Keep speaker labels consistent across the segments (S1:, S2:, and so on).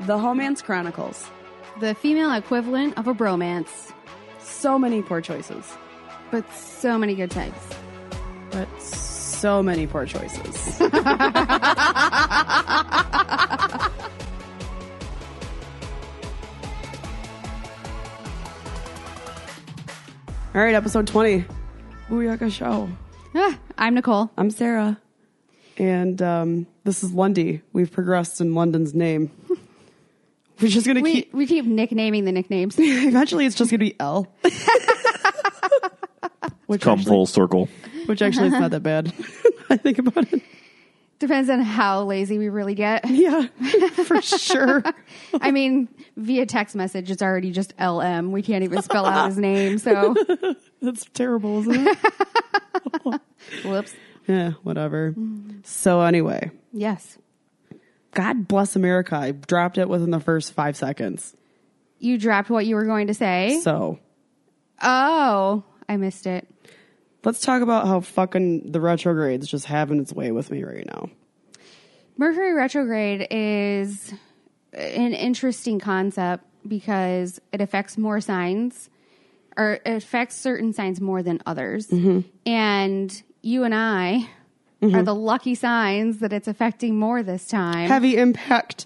S1: The Homance Chronicles.
S2: The female equivalent of a bromance,
S1: So many poor choices,
S2: but so many good types.
S1: but so many poor choices. All right, episode 20. Booyaka Show.
S2: Ah, I'm Nicole.
S1: I'm Sarah. And um, this is Lundy. We've progressed in London's name. We're just going to
S2: We,
S1: keep.
S2: we keep nicknaming the nicknames.
S1: Eventually, it's just going to be L. which,
S3: Come
S1: actually,
S3: full circle.
S1: which actually is not that bad. I think about it.
S2: Depends on how lazy we really get.
S1: Yeah, for sure.
S2: I mean, via text message, it's already just LM. We can't even spell out his name. So,
S1: That's terrible, isn't it?
S2: whoops.
S1: yeah, whatever. So, anyway,
S2: Yes.
S1: God bless America. I dropped it within the first five seconds.
S2: You dropped what you were going to say.
S1: So,
S2: Oh, I missed it.
S1: let's talk about how fucking the retrograde's just having its way with me right now.
S2: Mercury retrograde is an interesting concept because it affects more signs or it affects certain signs more than others. And you and I are the lucky signs that it's affecting more this time.
S1: Heavy impact.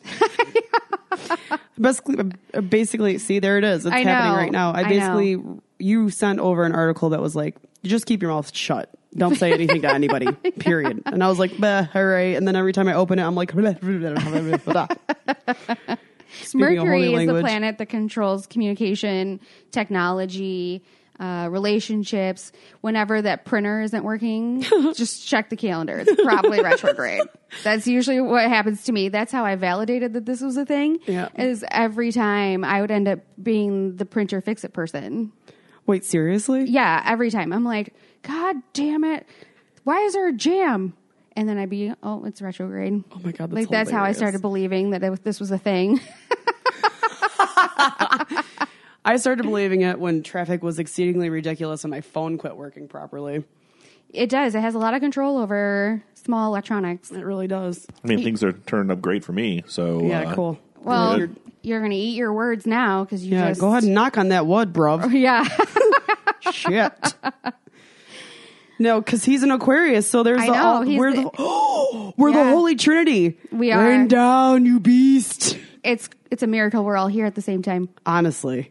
S1: basically, basically, see, there it is. It's
S2: I
S1: happening
S2: know.
S1: right now. I
S2: I know.
S1: basically, you sent over an article that was like, "You just keep your mouth shut. Don't say anything to anybody, period. And I was like, bah, all right. And then every time I open it, I'm like, Speaking a holy
S2: Mercury is the
S1: language.
S2: planet that controls communication, technology, uh, relationships. Whenever that printer isn't working, just check the calendar. It's probably retrograde. That's usually what happens to me. That's how I validated that this was a thing.
S1: Yeah.
S2: Is every time I would end up being the printer fix it person.
S1: Wait, seriously?
S2: Yeah, every time. I'm like, God damn it. Why is there a jam? And then I'd be, oh, it's retrograde.
S1: Oh my God, that's
S2: like, that's how I
S1: hilarious.
S2: started believing that it- this was a thing.
S1: I started believing it when traffic was exceedingly ridiculous and my phone quit working properly.
S2: It does. It has a lot of control over small electronics.
S1: It really does.
S3: I mean, things are turned up great for me. So
S1: Yeah,
S3: uh,
S1: cool.
S2: Well,
S3: Good.
S2: you're going to eat your words now because you
S1: Yeah,
S2: just
S1: go ahead and knock on that wood, bruv.
S2: Yeah,
S1: Shit. No, because he's an Aquarius, so there's
S2: I
S1: the,
S2: know,
S1: all-
S2: he's
S1: we're
S2: the-
S1: the, we're the
S2: Yeah.
S1: Holy Trinity.
S2: We
S1: Rain
S2: are.
S1: down, you beast.
S2: it's it's a miracle we're all here at the same time.
S1: Honestly.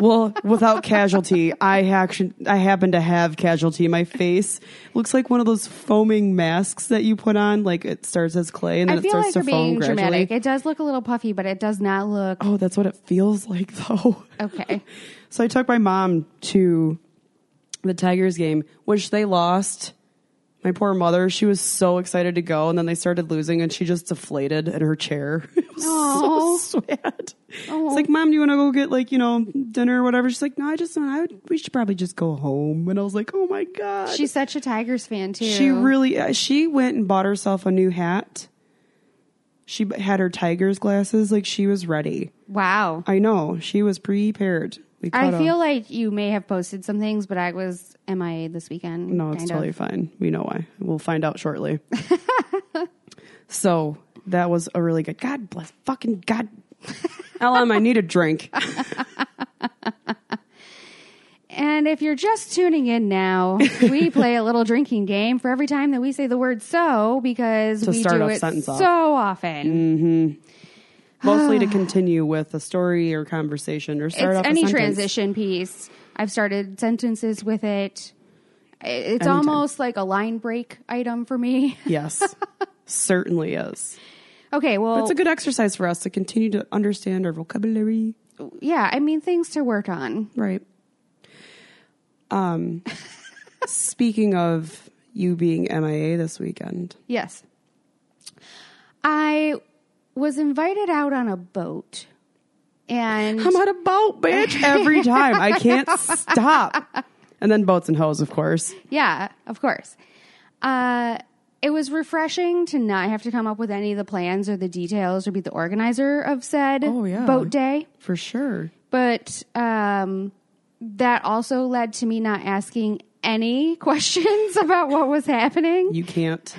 S1: well, without casualty, I action I happen to have casualty. My face looks like one of those foaming masks that you put on. Like it starts as clay and then
S2: I
S1: it
S2: feel
S1: starts
S2: like
S1: to
S2: you're
S1: foam
S2: being
S1: gradually.
S2: dramatic. It does look a little puffy, but it does not look
S1: Oh, that's what it feels like though.
S2: okay.
S1: So I took my mom to the Tigers game, which they lost. My poor mother, she was so excited to go, and then they started losing, and she just deflated in her chair. It was
S2: Aw.
S1: so sad.
S2: Aw.
S1: It's like, Mom, do you want to go get like you know dinner or whatever? She's like, No, I just I would, we should probably just go home. And I was like, Oh my god,
S2: She's such a Tigers fan too.
S1: she really uh, she went and bought herself a new hat. She b- had her Tigers glasses, like she was ready.
S2: wow.
S1: I know she was prepared. We
S2: I
S1: caught up.
S2: feel like you may have posted some things, but I was MIA this weekend.
S1: No, it's
S2: kind of.
S1: totally fine. We know why. We'll find out shortly. so that was a really good. God bless. Fucking God. LM, I need a drink.
S2: And if you're just tuning in now, we play a little drinking game for every time that we say the word "so" because
S1: To
S2: we
S1: start
S2: do
S1: off
S2: it
S1: sentence
S2: so
S1: off.
S2: often.
S1: Mostly to continue with a story or conversation or start
S2: it's
S1: off
S2: any
S1: a sentence.
S2: transition piece. I've started sentences with it. I- It's
S1: Anytime.
S2: almost like a line break item for me.
S1: Yes, certainly is.
S2: Okay, well,
S1: It's a good exercise for us to continue to understand our vocabulary.
S2: yeah, I mean things to work on.
S1: Right. Um, speaking of you being MIA this weekend,
S2: Yes, I was invited out on a boat, and
S1: I'm on a boat, bitch, every time. I can't stop. And then boats and hoes, of course.
S2: Yeah, of course. Uh, it was refreshing to not have to come up with any of the plans or the details or be the organizer of said
S1: Oh, yeah.
S2: boat day.
S1: For sure.
S2: But um, that also led to me not asking any questions about what was happening.
S1: You can't.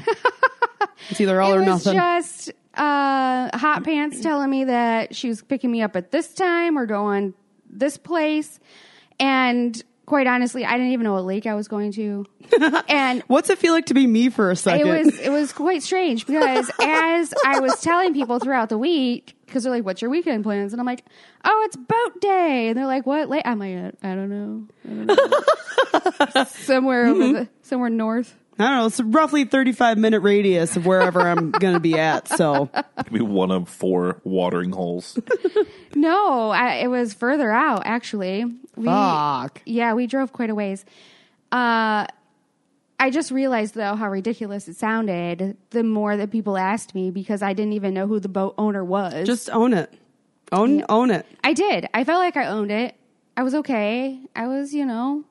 S1: It's either all
S2: it
S1: or
S2: was
S1: nothing.
S2: just uh, Hot Pants telling me that she was picking me up at this time or going this place. And quite honestly, I didn't even know what lake I was going to. and
S1: What's it feel like to be me for a
S2: it
S1: second?
S2: was it was quite strange because as I was telling people throughout the week, because they're like, "What's your weekend plans?" and I'm like, "Oh, it's boat day," and they're like, "What?" Late? I'm like, "I don't know, I don't know." somewhere over the, somewhere north.
S1: I don't know. It's a roughly 35 minute radius of wherever I'm going to be at. So
S3: Could be one of four watering holes.
S2: No, I, it was further out actually. We,
S1: Fuck.
S2: Yeah, we drove quite a ways. Uh, I just realized though how ridiculous it sounded. The more that people asked me because I didn't even know who the boat owner was.
S1: just own it. Own, own it.
S2: I did. I felt like I owned it. I was okay. I was, you know,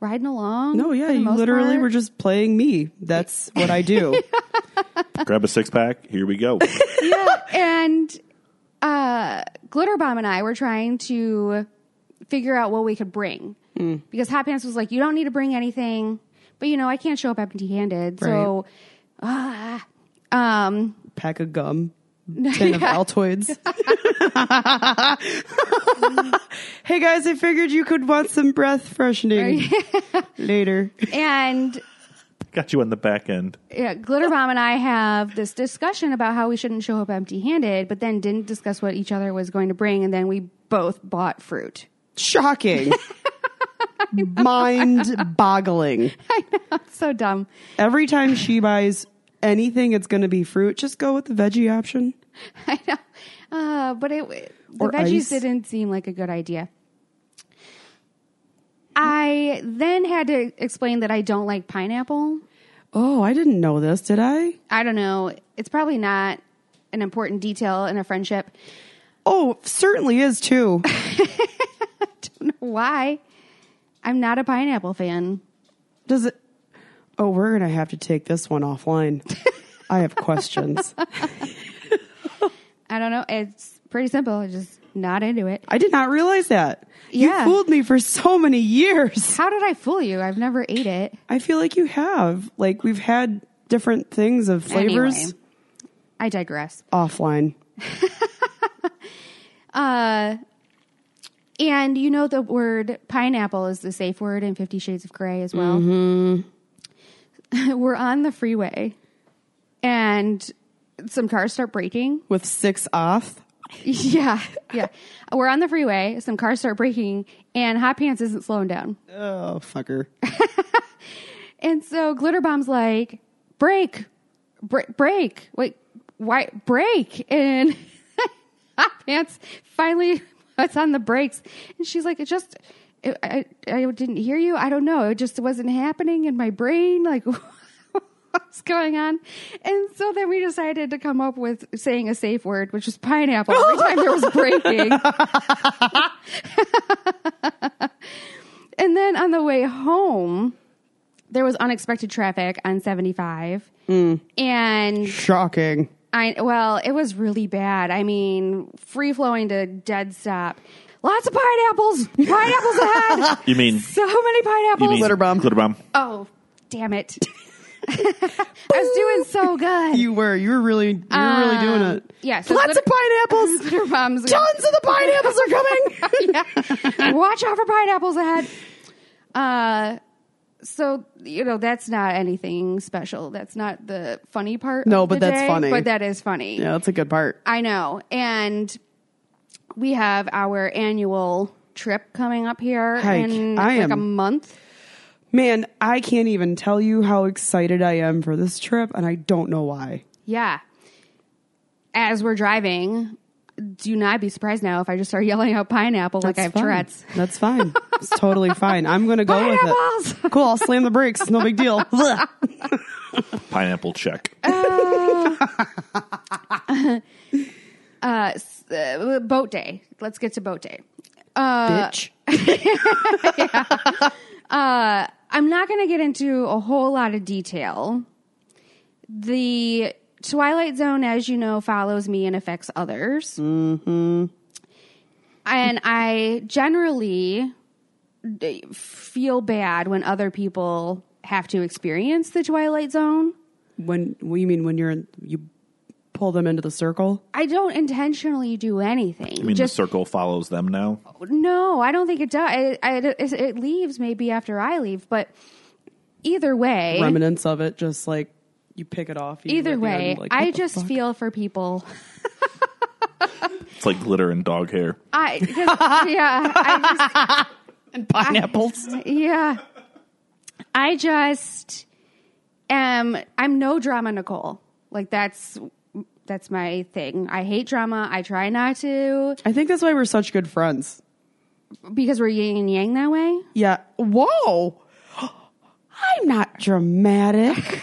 S2: riding along.
S1: No,
S2: for
S1: yeah,
S2: the
S1: you
S2: most
S1: literally
S2: part.
S1: were just playing me. That's what I do.
S3: Grab a six pack. Here we go.
S2: yeah. And uh, Glitterbomb and I were trying to figure out what we could bring
S1: Mm.
S2: because Hot Pants was like, "You don't need to bring anything," but you know, I can't show up empty-handed, so. ah. um,
S1: Pack of gum, tin of Altoids. hey guys, I figured you could want some breath freshening later.
S2: and
S3: Got you on the back end.
S2: yeah, Glitter Bomb and I have this discussion about how we shouldn't show up empty handed, but then didn't discuss what each other was going to bring, and then we both bought fruit.
S1: Shocking. Mind boggling.
S2: So dumb.
S1: Every time she buys anything, it's going to be fruit. Just go with the veggie option.
S2: I know. Uh, but it the
S1: Or
S2: veggies
S1: ice.
S2: didn't seem like a good idea. I then had to explain that I don't like pineapple.
S1: Oh, I didn't know this, did I?
S2: I don't know. It's probably not an important detail in a friendship.
S1: Oh, certainly is too.
S2: Why? I'm not a pineapple fan.
S1: Does it? Oh, we're going to have to take this one offline. I have questions.
S2: I don't know. It's pretty simple. I'm just not into it.
S1: I did not realize that.
S2: Yeah.
S1: You fooled me for so many years.
S2: How did I fool you? I've never ate it.
S1: I feel like you have. Like, we've had different things of flavors
S2: Anyway, I digress.
S1: offline.
S2: And you know the word pineapple is the safe word in Fifty Shades of Grey as well. We're on the freeway, and some cars start braking.
S1: With six off.
S2: yeah, yeah. We're on the freeway. Some cars start braking, and Hot Pants isn't slowing down.
S1: Oh, fucker.
S2: And so Glitter Bomb's like, break, Br- break, wait, why, break. And Hot Pants finally puts on the brakes. And she's like, it just, it, I, I didn't hear you. I don't know. It just wasn't happening in my brain. Like, what's going on? And so then we decided to come up with saying a safe word, which was pineapple every time there was breaking. and then on the way home, there was unexpected traffic on 75
S3: Mm.
S2: and
S1: Shocking.
S2: i well it was really bad i mean free flowing to dead stop lots of pineapples pineapples ahead
S3: You mean
S2: so many
S3: you
S2: pineapples
S3: mean
S1: Glitter bomb.
S3: Glitter bomb.
S2: oh damn it i was doing so good
S1: You were. You were really, you were really doing
S2: Um,
S1: it.
S2: yeah, so
S1: Lots
S2: glitter-
S1: of pineapples.
S2: Glitter bombs.
S1: Tons of the pineapples are coming.
S2: yeah. Watch out for pineapples ahead. Uh, so you know that's not anything special. That's not the funny part.
S1: No,
S2: of
S1: but
S2: the
S1: that's
S2: day,
S1: funny.
S2: But that is funny.
S1: yeah, that's a good part.
S2: I know. And we have our annual trip coming up here
S1: Hike.
S2: in
S1: I
S2: like a
S1: am-
S2: month.
S1: Man, I can't even tell you how excited I am for this trip, and I don't know why.
S2: Yeah. As we're driving, do not be surprised now if I just start yelling out pineapple like I have
S1: That's fine.
S2: Tourette's.
S1: That's fine. It's totally fine. I'm going to go with
S2: Pineapples!
S1: it. Cool. I'll slam the brakes. No big deal. Blech.
S3: Pineapple check.
S2: Uh, s- uh, boat day. Let's get to boat day.
S1: Bitch.
S2: I'm not going to get into a whole lot of detail. The Twilight Zone, as you know, follows me and affects others. Mm-hmm. And I generally d- feel bad when other people have to experience the Twilight Zone.
S1: When what do you mean when you're in, you pull them into the circle.
S2: I don't intentionally do anything.
S3: I mean,
S2: Just
S3: the circle follows them now.
S2: no, I don't think it does. It, I, it, it leaves maybe after I leave, but either way,
S1: Remnants of it, just like you pick it off. you
S2: either
S1: at the
S2: way,
S1: end, like, what
S2: I
S1: the
S2: just
S1: fuck?
S2: feel for people.
S3: It's like glitter and dog hair.
S2: I 'cause- yeah, I
S1: and pineapples.
S2: just, yeah, I just am. I'm no drama, Nicole. Like that's that's my thing. I hate drama. I try not to
S1: I think that's why we're such good friends.
S2: because we're yin and yang that way.
S1: Yeah. Whoa. I'm not dramatic.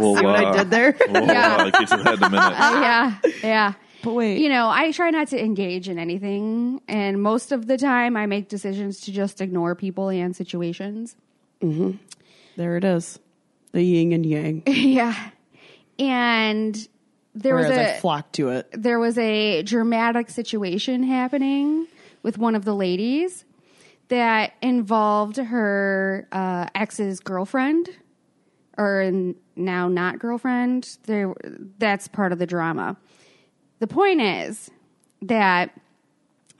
S3: We'll,
S1: what I
S3: uh,
S1: did there?
S3: We'll uh, get to that in a minute.
S2: yeah, yeah.
S1: But wait.
S2: you know, I try not to engage in anything, and most of the time, I make decisions to just ignore people and situations.
S1: There it is. The yin and yang.
S2: yeah, and there was
S1: Whereas
S2: a
S1: I flock to it.
S2: there was a dramatic situation happening with one of the ladies that involved her uh, ex's girlfriend or n- now not girlfriend there that's part of the drama the point is that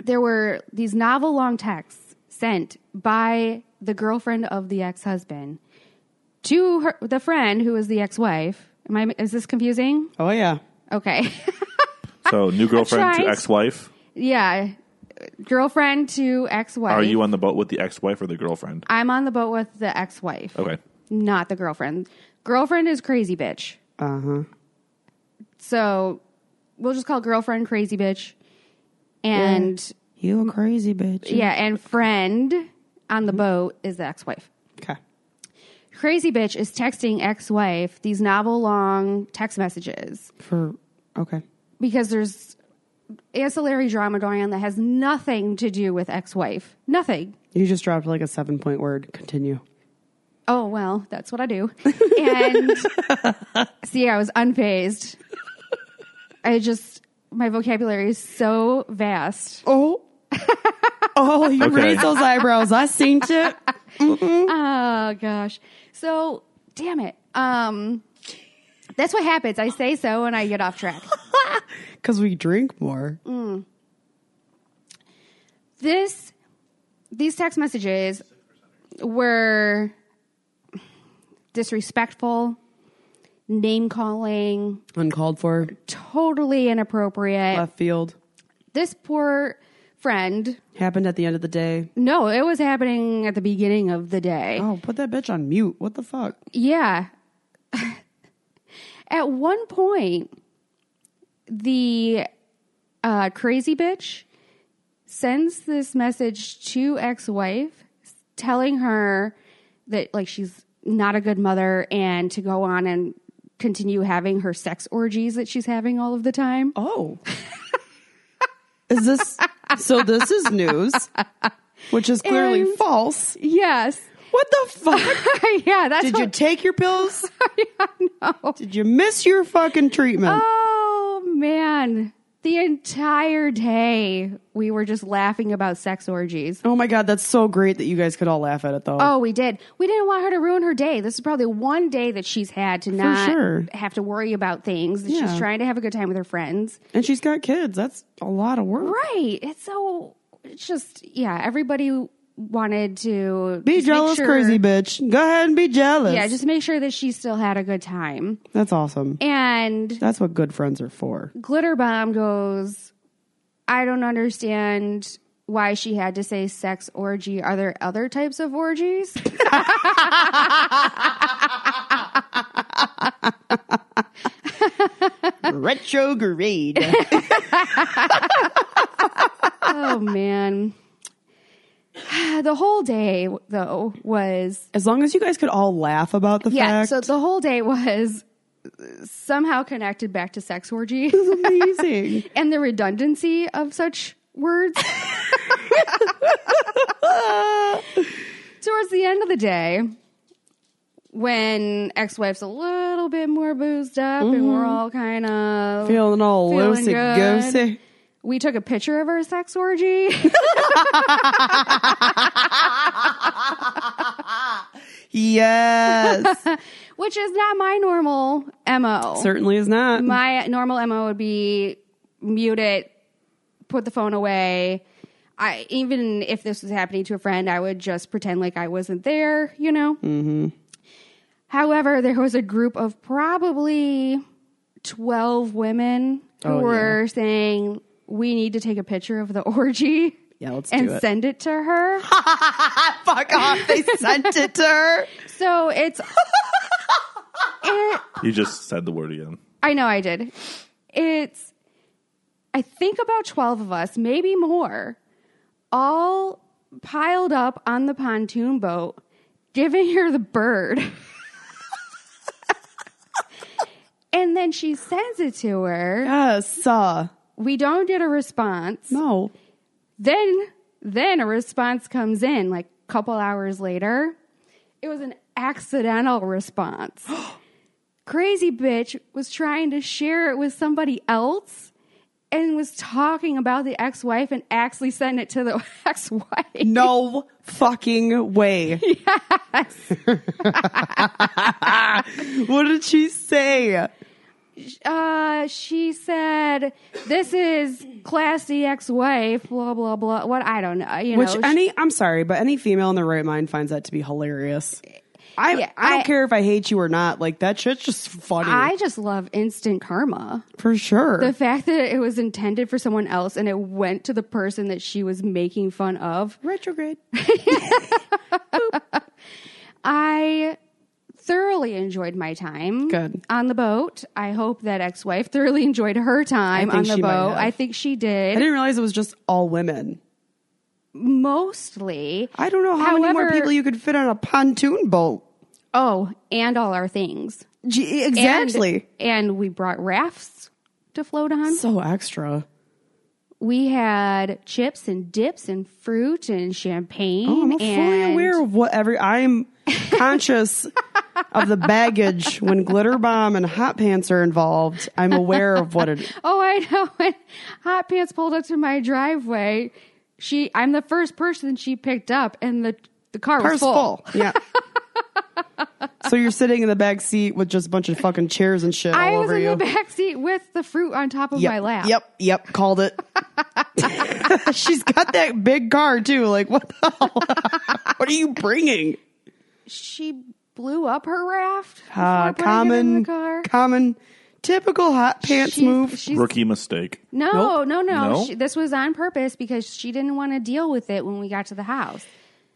S2: there were these novel long texts sent by the girlfriend of the ex-husband to her, the friend who was the ex-wife am i is this confusing
S1: Oh yeah.
S2: okay
S3: So, new girlfriend to
S2: tried.
S3: ex wife.
S2: Yeah. Girlfriend to ex wife.
S3: Are you on the boat with the ex wife or the girlfriend?
S2: I'm on the boat with the ex wife,
S3: Okay.
S2: not the girlfriend. Girlfriend is crazy bitch.
S1: Uh huh.
S2: So we'll just call girlfriend crazy bitch. And
S1: You a crazy bitch.
S2: yeah, and friend on the boat is the ex wife.
S1: Okay.
S2: Crazy bitch is texting ex wife these novel long text messages
S1: For okay.
S2: because there's ancillary drama going on that has nothing to do with ex wife. Nothing.
S1: You just dropped like a seven point word. Continue.
S2: Oh well, that's what I do. And see, I was unfazed. I just my vocabulary is so vast.
S1: Oh. oh, you
S3: Okay.
S1: raised those eyebrows. I seen it.
S2: Oh gosh. So damn it. Um that's what happens. I say so and I get off track.
S1: Because we drink more.
S2: This these text messages were disrespectful, name calling,
S1: Uncalled for.
S2: totally inappropriate.
S1: Left field.
S2: This poor friend
S1: Happened at the end of the day.
S2: No, it was happening at the beginning of the day.
S1: Oh, put that bitch on mute. What the fuck?
S2: Yeah. at one point, the uh, crazy bitch sends this message to ex wife telling her that, like, she's not a good mother and to go on and continue having her sex orgies that she's having all of the time.
S1: Oh. is this so this is news? Which is clearly
S2: And-
S1: false.
S2: Yes.
S1: What the fuck?
S2: yeah, that's
S1: Did
S2: what-
S1: you take your pills? Did you miss your fucking treatment?
S2: Oh man. The entire day we were just laughing about sex orgies.
S1: oh my god, that's so great that you guys could all laugh at it though.
S2: Oh, we did. We didn't want her to ruin her day. This is probably one day that she's had to not
S1: sure.
S2: have to worry about things. that
S1: Yeah.
S2: She's trying to have a good time with her friends.
S1: And she's got kids. That's a lot of work.
S2: Right. It's so it's just yeah, everybody wanted to
S1: Be
S2: just make
S1: jealous,
S2: sure-
S1: crazy bitch. Go ahead and be jealous.
S2: Yeah, just make sure that she still had a good time.
S1: that's awesome.
S2: And
S1: That's what good friends are for.
S2: Glitter Bomb goes, I don't understand why she had to say sex orgy. Are there other types of orgies?
S1: Retrograde.
S2: oh, man. The whole day, though, was.
S1: as long as you guys could all laugh about the
S2: Yeah,
S1: fact.
S2: so the whole day was somehow connected back to sex orgy
S1: it's amazing.
S2: and the redundancy of such words. Towards the end of the day, when ex wife's a little bit more boozed up and we're all kind of
S1: Feeling all
S2: Feeling
S1: loosey
S2: good.
S1: goosey.
S2: We took a picture of our sex orgy.
S1: Yes.
S2: which is not my normal MO.
S1: Certainly is not.
S2: my normal MO would be mute it, put the phone away. I even if this was happening to a friend, I would just pretend like I wasn't there, you know. Mm-hmm. However, there was a group of probably twelve women who
S1: Oh, yeah.
S2: were saying we need to take a picture of the orgy.
S1: Yeah, let's do
S2: and
S1: it.
S2: send it to her.
S1: Fuck off. They sent it to her.
S2: so it's. It-
S3: You just said the word again.
S2: I know I did. It's, I think about 12 of us, maybe more, all piled up on the pontoon boat, giving her the bird. and then she sends it to her.
S1: Yes. Uh,
S2: We don't get a response.
S1: no.
S2: Then, then a response comes in like a couple hours later. It was an accidental response. Crazy bitch was trying to share it with somebody else and was talking about the ex-wife and actually sent it to the ex-wife.
S1: No fucking way. what did she say?
S2: Uh, she said, "This is classy ex-wife." Blah blah blah. What I don't know. You
S1: Which
S2: know,
S1: any I'm sorry, but any female in their right mind finds that to be hilarious. I
S2: Yeah,
S1: I don't
S2: I-
S1: care if I hate you or not. Like that shit's just funny
S2: I just love instant karma.
S1: for sure.
S2: The fact that it was intended for someone else and it went to the person that she was making fun of,
S1: Retrograde.
S2: I thoroughly enjoyed my time
S1: Good.
S2: on the boat. I hope that ex-wife thoroughly enjoyed her time
S1: I think
S2: on the
S1: she might
S2: boat.
S1: have.
S2: I think she
S1: I
S2: did
S1: didn't realize it was just all women.
S2: mostly.
S1: I don't know how many more
S2: However-
S1: people you could fit on a pontoon boat.
S2: Oh, and all our things.
S1: Gee, e,
S2: And-
S1: exactly.
S2: And, we brought rafts to float on.
S1: so extra.
S2: We had chips and dips and fruit and champagne.
S1: Oh, I'm fully
S2: and-
S1: aware of what every. I'm conscious of the baggage when glitter bomb and hot pants are involved. I'm aware of what it.
S2: Oh, I know. When Hot Pants pulled up to my driveway, she I'm the first person she picked up, and the the car was
S1: Car's
S2: full.
S1: full. Yeah. so you're sitting in the back seat with just a bunch of fucking chairs and shit
S2: I
S1: all
S2: was
S1: over
S2: in
S1: you.
S2: the back seat with the fruit on top of
S1: yep.
S2: my lap.
S1: Yep. Yep. Called it. She's got that big car too. Like what the hell? what are you bringing?
S2: She blew up her raft.
S1: Uh,
S2: before putting it in
S1: common,
S2: the car.
S1: common, typical hot pants
S2: She's-
S1: move.
S2: she's-
S3: Rookie mistake.
S2: no,
S1: Nope.
S2: no, no,
S3: No?
S2: She, this was on purpose because she didn't want to deal with it when we got to the house.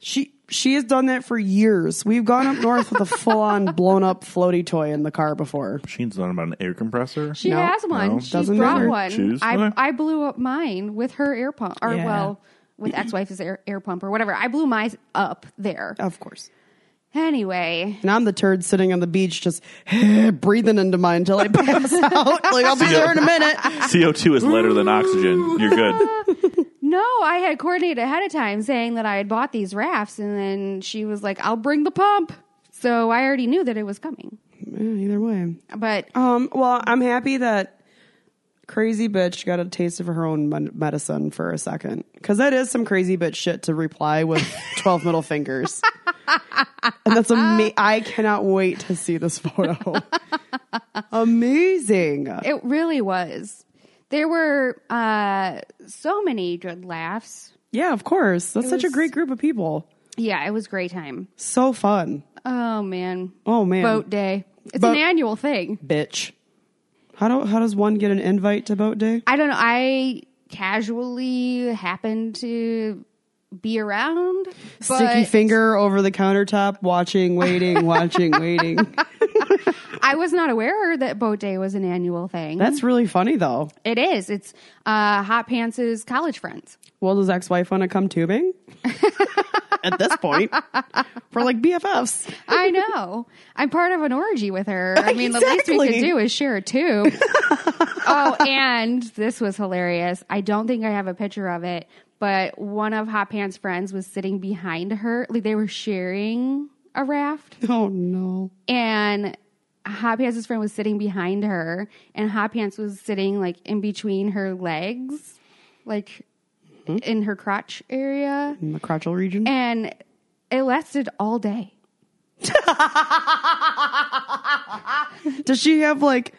S1: She she has done that for years. We've gone up north with a full on blown up floaty toy in the car before.
S3: She's not about an air compressor.
S2: She
S1: No.
S2: has one.
S3: No.
S2: She's
S1: Doesn't
S2: brought
S1: matter.
S2: one.
S3: Choose.
S2: I,
S3: Okay.
S2: I blew up mine with her air pump, or
S1: Yeah.
S2: well, with ex-wife's air, air pump or whatever. I blew mine up there.
S1: Of course.
S2: Anyway,
S1: And I'm the turd sitting on the beach just breathing into mine until I pass out. Like I'll be there in a minute.
S3: CO2 is lighter than oxygen. You're good.
S2: no, I had coordinated ahead of time saying that I had bought these rafts, and then she was like, "I'll bring the pump." So I already knew that it was coming.
S1: Yeah, either way.
S2: But
S1: Um, well, I'm happy that crazy bitch got a taste of her own men- medicine for a second because that is some crazy bitch shit to reply with 12 middle fingers. And that's amazing. I cannot wait to see this photo. amazing.
S2: it really was. There were uh, so many good laughs.
S1: Yeah, of course. That's such a
S2: was-
S1: great group of people.
S2: Yeah, it was a great time.
S1: So fun.
S2: Oh man,
S1: Oh man.
S2: boat day. It's
S1: Boat-
S2: an annual thing.
S1: Bitch. How do how does one get an invite to boat day?
S2: I don't know. I casually happened to be around.
S1: Sticky
S2: But
S1: finger over the countertop, watching, waiting, watching, waiting.
S2: I was not aware that boat day was an annual thing.
S1: That's really funny though.
S2: It is. It's uh, Hot Pants' college friends.
S1: Well, does ex-wife want to come tubing? At this point, we're like BFFs.
S2: I know. I'm part of an orgy with her. I mean, the least we
S1: Exactly.
S2: could do is share a tube. oh, and this was hilarious. I don't think I have a picture of it, but one of Hot Pants' friends was sitting behind her. Like they were sharing a raft.
S1: Oh no!
S2: and Hot Pants' friend was sitting behind her, and Hot Pants was sitting like in between her legs, like
S1: Mm-hmm.
S2: in her crotch area,
S1: In the crotchal region.
S2: and it lasted all day.
S1: Does she have like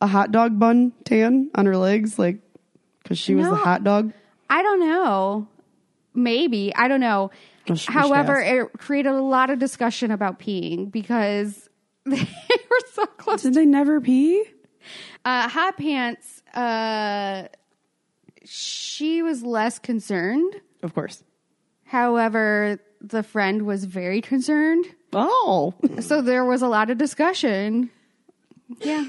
S1: a hot dog bun tan on her legs? Like, because she was
S2: No.
S1: the hot dog.
S2: I don't know. Maybe. I don't know.
S1: Well, she- we should
S2: However,
S1: ask.
S2: it created a lot of discussion about peeing because they were so close.
S1: Did they never pee?
S2: Uh, Hot Pants, uh, she was less concerned.
S1: Of course.
S2: However, the friend was very concerned.
S1: Oh,
S2: So there was a lot of discussion. Yeah.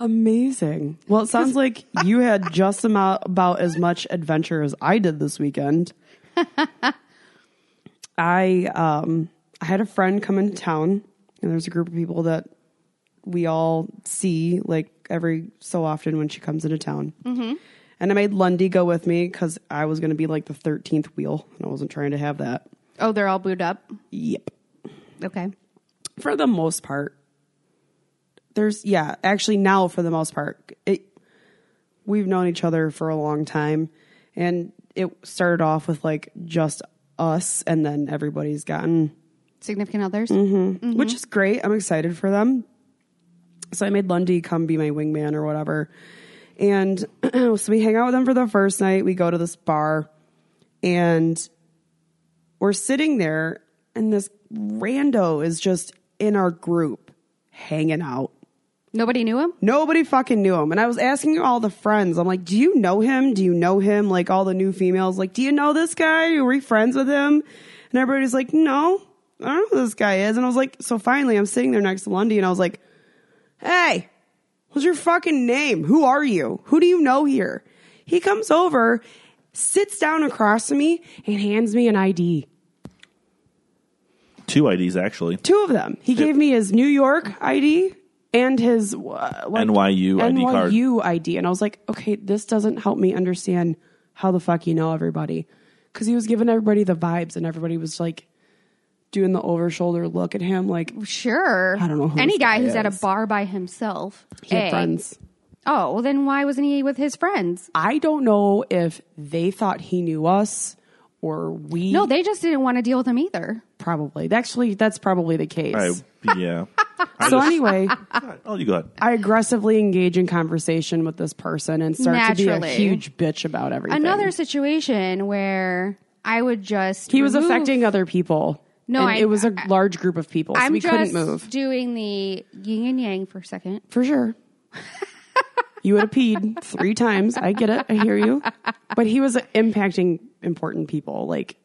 S1: amazing. Well, it sounds like you had just about, about as much adventure as I did this weekend. I um I had a friend come into town, and there's a group of people that we all see like every so often when she comes into town. Mm-hmm. And I made Lundy go with me because I was going to be like the thirteenth wheel, and I wasn't trying to have that.
S2: Oh, they're all booed up.
S1: Yep.
S2: Okay.
S1: for the most part there's yeah actually now for the most part it we've known each other for a long time and it started off with like just us and then everybody's gotten
S2: Significant others.
S1: Mm-hmm. which is great i'm excited for them so i made lundy come be my wingman or whatever and so we hang out with them for the first night we go to this bar and we're sitting there and this rando is just in our group hanging out
S2: Nobody knew him?
S1: Nobody fucking knew him. And I was asking all the friends, I'm like, do you know him? Do you know him? Like all the new females, like, do you know this guy? Were you friends with him? And everybody's like, no, I don't know who this guy is. And I was like, so finally I'm sitting there next to Lundy and I was like, hey, what's your fucking name? Who are you? Who do you know here? He comes over, sits down across from me and hands me an ID.
S3: Two IDs actually.
S1: Two of them. He gave me his New York ID and his uh, like,
S3: NYU ID card.
S1: NYU ID. And I was like, okay, this doesn't help me understand how the fuck you know everybody. Because he was giving everybody the vibes and everybody was like doing the over shoulder look at him like
S2: Sure.
S1: I don't know who
S2: Any
S1: this
S2: guy
S1: guy
S2: who's at a
S1: is.
S2: bar by himself.
S1: he had
S2: A.
S1: friends.
S2: Oh, well, then why wasn't he with his friends?
S1: I don't know if they thought he knew us or we
S2: No, they just didn't want to deal with him either.
S1: probably. Actually, that's probably the case.
S3: I, yeah. I
S1: so
S3: just-
S1: anyway,
S3: oh, you go ahead.
S1: I aggressively engage in conversation with this person and start to be a
S2: Naturally.
S1: huge bitch about everything.
S2: Another situation where I would just.
S1: he was
S2: remove-
S1: affecting other people.
S2: No,
S1: and
S2: I-
S1: it was a large group of people, so
S2: I'm
S1: we
S2: just
S1: couldn't move
S2: doing the yin and yang for a second.
S1: for sure. you would have peed three times. I get it. I hear you. But he was impacting important people, like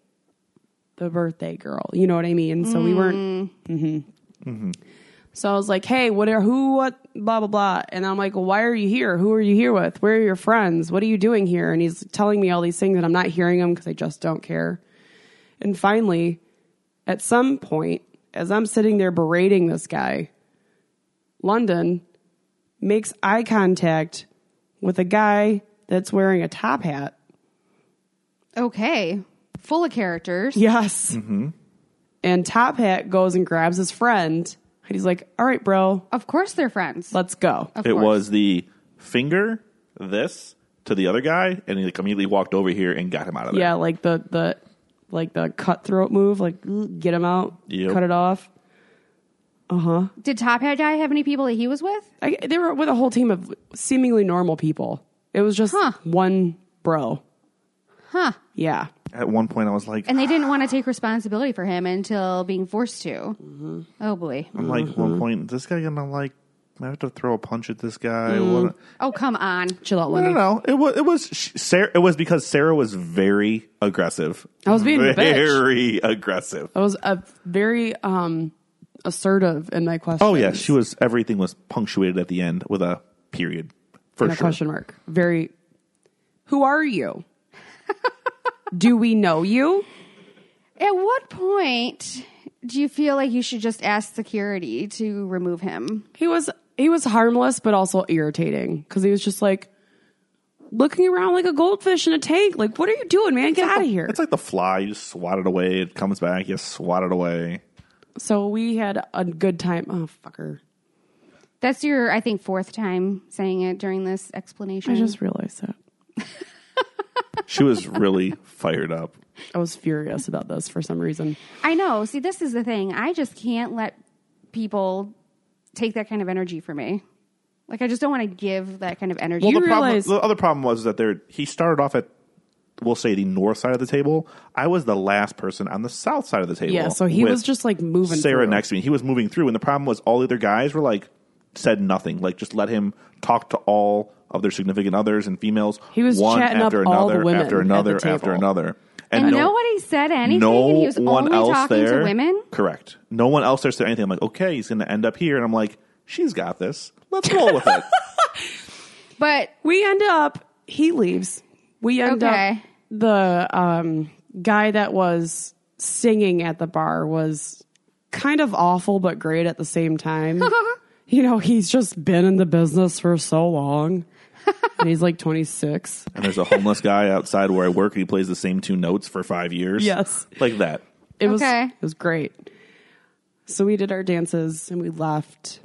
S1: the birthday girl. You know what I mean? So we weren't. hmm So I was like, "Hey, what are who? What? Blah blah blah." And I'm like, well, "Why are you here? Who are you here with? Where are your friends? What are you doing here?" And he's telling me all these things, and I'm not hearing him because I just don't care. And finally, at some point, as I'm sitting there berating this guy, London makes eye contact with a guy that's wearing a top hat.
S2: Okay. Full of characters.
S1: Yes.
S3: Mm-hmm.
S1: And Top Hat goes and grabs his friend. And he's like, all right, bro,
S2: Of course they're friends.
S1: let's go.
S2: Of
S3: It
S2: course.
S3: was the finger, this to the other guy, and he like immediately walked over here and got him out of there.
S1: Yeah, like the, the, like the cutthroat move, like "Ooh, get him out,
S3: Yep.
S1: cut it off.
S2: Did Top Hat Guy have any people that he was with?
S1: I, they were with a whole team of seemingly normal people. It was just
S2: Huh.
S1: one bro.
S2: Huh.
S1: Yeah.
S3: At one point, I was like,
S2: And they didn't want to take responsibility for him until being forced to.
S1: Mm-hmm.
S2: Oh, boy.
S3: I'm like, one point, this guy gonna like, I have to throw a punch at this guy.
S1: Mm-hmm.
S3: What-
S2: Oh, come on.
S1: Chill out,
S3: I
S1: Lenny.
S3: don't know. It was it was sh- Sarah. It was because Sarah was very aggressive.
S1: I was being a bitch.
S3: very aggressive.
S1: I was a very um, assertive in my question.
S3: Oh yeah, she was. Everything was punctuated at the end with a period for
S1: and a
S3: sure.
S1: question mark. Very. Who are you? Do we know you?
S2: At what point do you feel like you should just ask security to remove him?
S1: He was he was harmless, but also irritating because he was just like looking around like a goldfish in a tank. Like, what are you doing, man? Get out of here!
S3: It's like the fly. You just swat it away. It comes back. You swat it away.
S1: So we had a good time. Oh fucker!
S2: That's your, I think, fourth time saying it during this explanation.
S1: I just realized that.
S3: She was really fired up.
S1: I was furious about this for some reason.
S2: I know. See, this is the thing. I just can't let people take that kind of energy from me. Like, I just don't want to give that kind of energy.
S1: Well, You
S3: the,
S1: realize-
S3: problem, the other problem was that there he started off at we'll say the north side of the table. I was the last person on the south side of the table.
S1: Yeah, so he
S3: with
S1: was just like moving.
S3: Sarah
S1: through.
S3: next to me. He was moving through, and the problem was all the other guys were like said nothing. Like just let him talk to all of their significant others and females.
S1: He was
S3: one
S1: chatting up
S3: after
S1: all the
S3: another
S1: women
S3: after
S1: at the
S3: another
S1: table.
S3: after another.
S2: and
S3: no-
S2: nobody said anything. and he was only talking to women.
S3: Correct. No one else there said anything. I'm like, okay, he's going to end up here, and I'm like, she's got this. Let's roll with it.
S2: But
S1: We end up. He leaves. We end
S2: Okay.
S1: up. The um, guy that was singing at the bar was kind of awful, but great at the same time. you know, he's just been in the business for so long, and he's like 26.
S3: and there's a homeless guy outside where I work, and he plays the same two notes for five years.
S1: Yes.
S3: like that.
S1: It was
S2: Okay.
S1: it was great. So we did our dances and we left.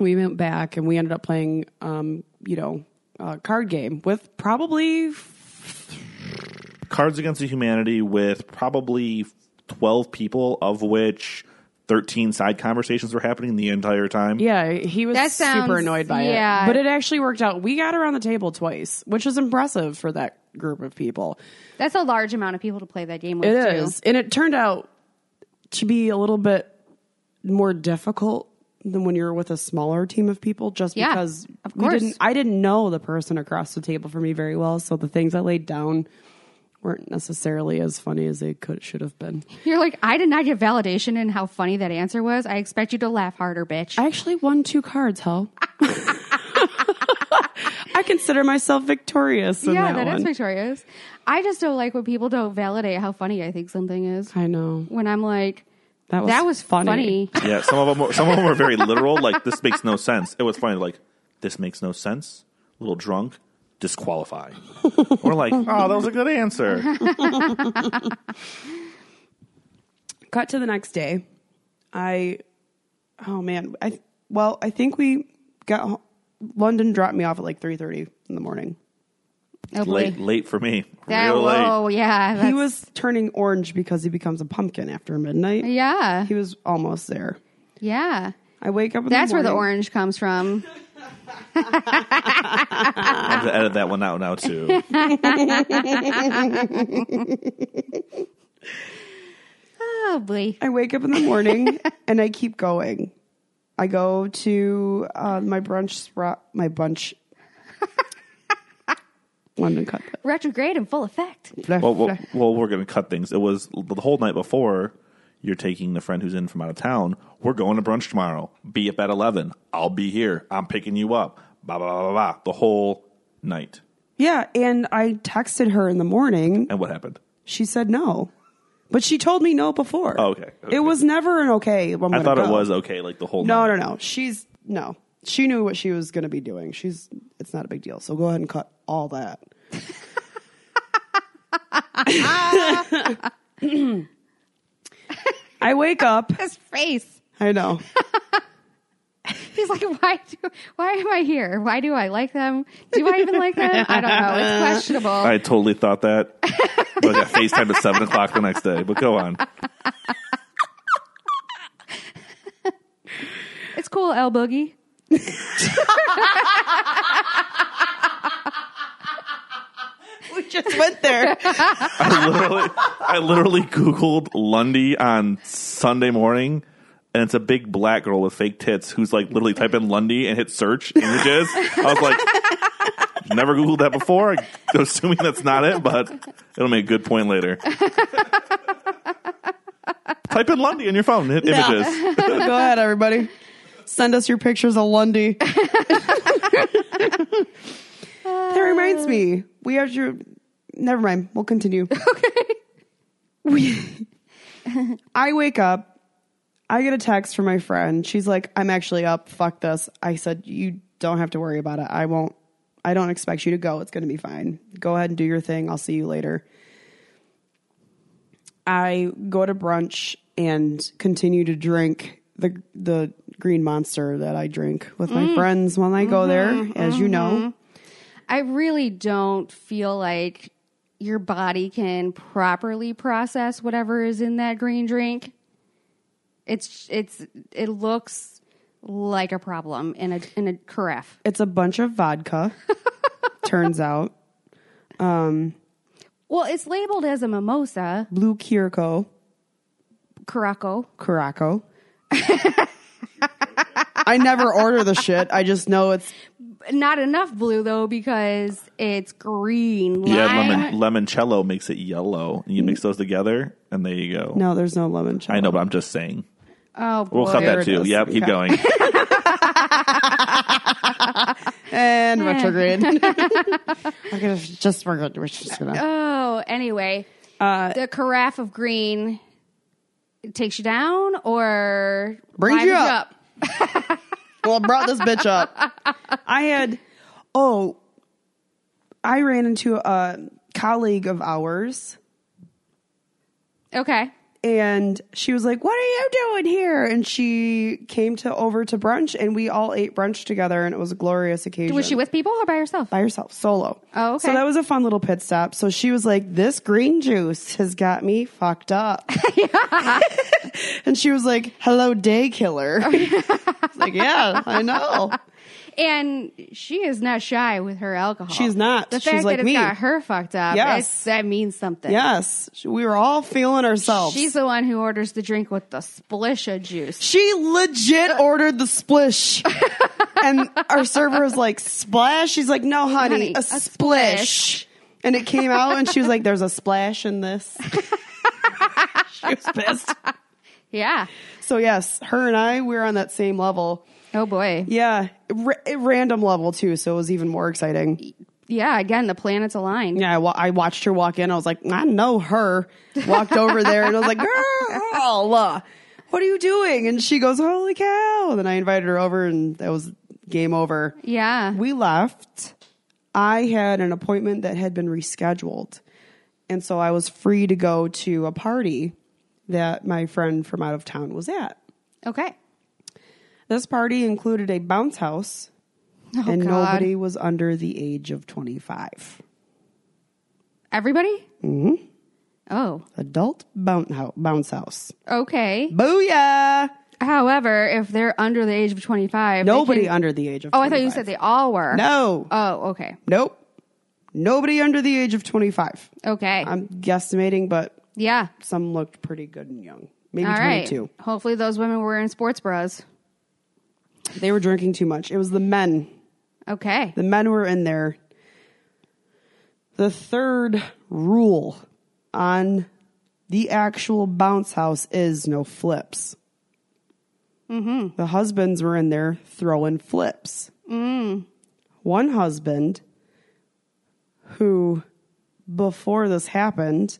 S1: We went back and we ended up playing, um, you know, a card game with probably
S3: Cards Against the Humanity with probably 12 people, of which 13 side conversations were happening the entire time.
S1: yeah. He was
S2: That
S1: super
S2: sounds-
S1: annoyed by
S2: yeah.
S1: it, but it actually worked out. We got around the table twice, which is impressive for that group of people.
S2: that's a large amount of people to play that game with,
S1: It
S2: too.
S1: is, and it turned out to be a little bit more difficult than when you're with a smaller team of people, just
S2: Yeah,
S1: because
S2: of
S1: we
S2: course.
S1: didn't, I didn't know the person across the table from me very well, so the things I laid down weren't necessarily as funny as they could should have been.
S2: You're like, I did not get validation in how funny that answer was. I expect you to laugh harder, bitch.
S1: I actually won two cards, hell. I consider myself victorious in
S2: yeah,
S1: that,
S2: that is
S1: one.
S2: victorious. I just don't like when people don't validate how funny I think something is.
S1: I know
S2: When I'm like,
S1: that was
S2: that was funny.
S3: Yeah, some of them were, some of them were very literal. Like this makes no sense. It was funny. Like this makes no sense. A little drunk, disqualify. we're like, oh, that was a good answer.
S1: cut to the next day i oh man i well i think we got ho- london dropped me off at like 3.30 in the morning
S2: Oh, boy.
S3: Late, late for me.
S2: That,
S3: Real late.
S2: whoa, yeah.
S1: he
S2: that's-
S1: was turning orange because he becomes a pumpkin after midnight
S2: yeah.
S1: he was almost there
S2: Yeah.
S1: i wake up in
S2: That's
S1: the
S2: where the
S1: morning-
S2: orange comes from.
S3: I have to edit that one out now too.
S2: Oh, boy.
S1: i wake up in the morning and i keep going i go to uh, my brunch spot my bunch london cut that
S2: Retrograde in full effect.
S1: Blah,
S3: well, well,
S1: blah.
S3: well, we're going to cut things. It was the whole night before. You're taking the friend who's in from out of town. We're going to brunch tomorrow. Be up at eleven. I'll be here. I'm picking you up. Blah blah blah blah. blah. The whole night.
S1: yeah and i texted her in the morning
S3: And what happened?
S1: She said no. But she told me no before.
S3: Oh, okay. Okay.
S1: It was never an okay. I'm
S3: I
S1: gonna
S3: thought it
S1: go.
S3: was okay. Like the whole
S1: No,
S3: night.
S1: no, no. She's no. She knew what she was going to be doing. She's it's not a big deal. So go ahead and cut all that. I wake up.
S2: His face.
S1: I know.
S2: He's like, why do, why am I here? Why do I like them? Do I even like them? I don't know. It's questionable.
S3: I totally thought that. but I got FaceTime at seven o'clock the next day. But go on.
S2: It's cool, L Boogie.
S1: We just went there.
S3: I literally, I literally Googled Lundy on Sunday morning, and it's a big black girl with fake tits who's like literally type in Lundy and hit search images. I was like, never Googled that before. I'm assuming that's not it, but it'll make a good point later. type in Lundy on your phone and hit images.
S1: go ahead, everybody. Send us your pictures of Lundy. that reminds me, we have to. Never mind. We'll continue. Okay. We, I wake up. I get a text from my friend. She's like, "I'm actually up. Fuck this." I said, "You don't have to worry about it. I won't. I don't expect you to go. It's going to be fine. Go ahead and do your thing. I'll see you later." I go to brunch and continue to drink the the green monster that I drink with my friends when I go there, as you know.
S2: I really don't feel like your body can properly process whatever is in that green drink, it's it's it looks like a problem in a in a carafe.
S1: It's a bunch of vodka. turns out
S2: Well, it's labeled as a mimosa,
S1: blue Kirko,
S2: caraco.
S1: Caraco. I never order the shit. I just know it's
S2: Not enough blue though because it's green. Lime.
S3: Yeah, lemon lemoncello makes it yellow. And you mix those together, and there you go.
S1: no. There's no lemon.
S3: I know, but I'm just saying.
S2: Oh, boy.
S3: We'll cut
S1: There
S3: that
S1: it
S3: too.
S1: is.
S3: Yep, keep going.
S1: and retrograde. I'm gonna just forget we're just gonna.
S2: Oh, anyway, the carafe of green takes you down or
S1: Brings you
S2: livens
S1: up. Well, I brought this bitch up. I had oh, I ran into a colleague of ours,
S2: Okay.
S1: and she was like, "What are you doing here?" And she came to over to brunch, and we all ate brunch together, and it was a glorious occasion.
S2: Was she with people or by herself?
S1: by herself, solo.
S2: Oh, okay.
S1: So that was a fun little pit stop. So she was like, This green juice has got me fucked up. and she was like, Hello, day killer. I was like, Yeah, I know.
S2: And she is not shy with her alcohol.
S1: She's not.
S2: The
S1: She's
S2: fact
S1: like
S2: that it's
S1: me.
S2: got her fucked up,
S1: Yes.
S2: it's, that means something.
S1: Yes, we were all feeling ourselves.
S2: She's the one who orders the drink with the splish of juice.
S1: she legit ordered the splish. and our server was like, Splash? She's like, No, honey,
S2: Honey,
S1: a,
S2: a
S1: splish.
S2: splish.
S1: And it came out, and she was like, There's a splash in this. she was pissed.
S2: Yeah.
S1: So yes, her and I, we are on that same level.
S2: Oh boy.
S1: Yeah, ra- random level too, so it was even more exciting.
S2: Yeah. Again, the planets align.
S1: Yeah, I, wa- I watched her walk in. I was like, I know her. Walked over there and I was like, girl, uh, what are you doing? And she goes, holy cow. And then I invited her over and that was game over.
S2: Yeah.
S1: We left. I had an appointment that had been rescheduled. And so I was free to go to a party that my friend from out of town was at.
S2: Okay.
S1: This party included a bounce house,
S2: Oh
S1: and
S2: God.
S1: nobody was under the age of 25.
S2: Everybody. Mm-hmm. Oh.
S1: Adult bounce house. Bounce house.
S2: Okay.
S1: Booyah!
S2: However, if they're under the age of 25, they
S1: Nobody
S2: can-
S1: under the age of
S2: Oh,
S1: 25.
S2: I thought you said they all were.
S1: No.
S2: Oh, okay.
S1: nope. Nobody under the age of 25.
S2: Okay.
S1: I'm guesstimating, but
S2: yeah.
S1: some looked pretty good and young. Maybe
S2: All right.
S1: 22.
S2: Hopefully, those women were in sports bras.
S1: They were drinking too much. It was the men.
S2: Okay.
S1: The men were in there. The third rule on the actual bounce house is no flips. Mm-hmm. The husbands were in there throwing flips. Mm. One husband who, before this happened,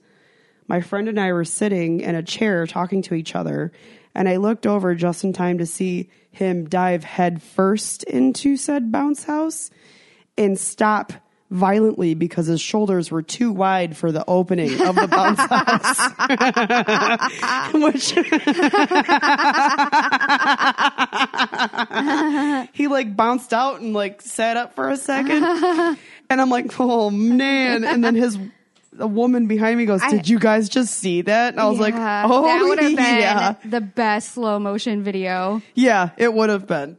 S1: my friend and I were sitting in a chair talking to each other, and I looked over just in time to see him dive headfirst into said bounce house and stop violently because his shoulders were too wide for the opening of the bounce house. Which he like bounced out and like sat up for a second. And I'm like, oh man. And then his the woman behind me goes,
S2: I-
S1: Did you guys just see that? And I was like,
S2: Yeah,
S1: Oh
S2: that would have been
S1: yeah.
S2: the best slow motion video.
S1: Yeah, it would have been.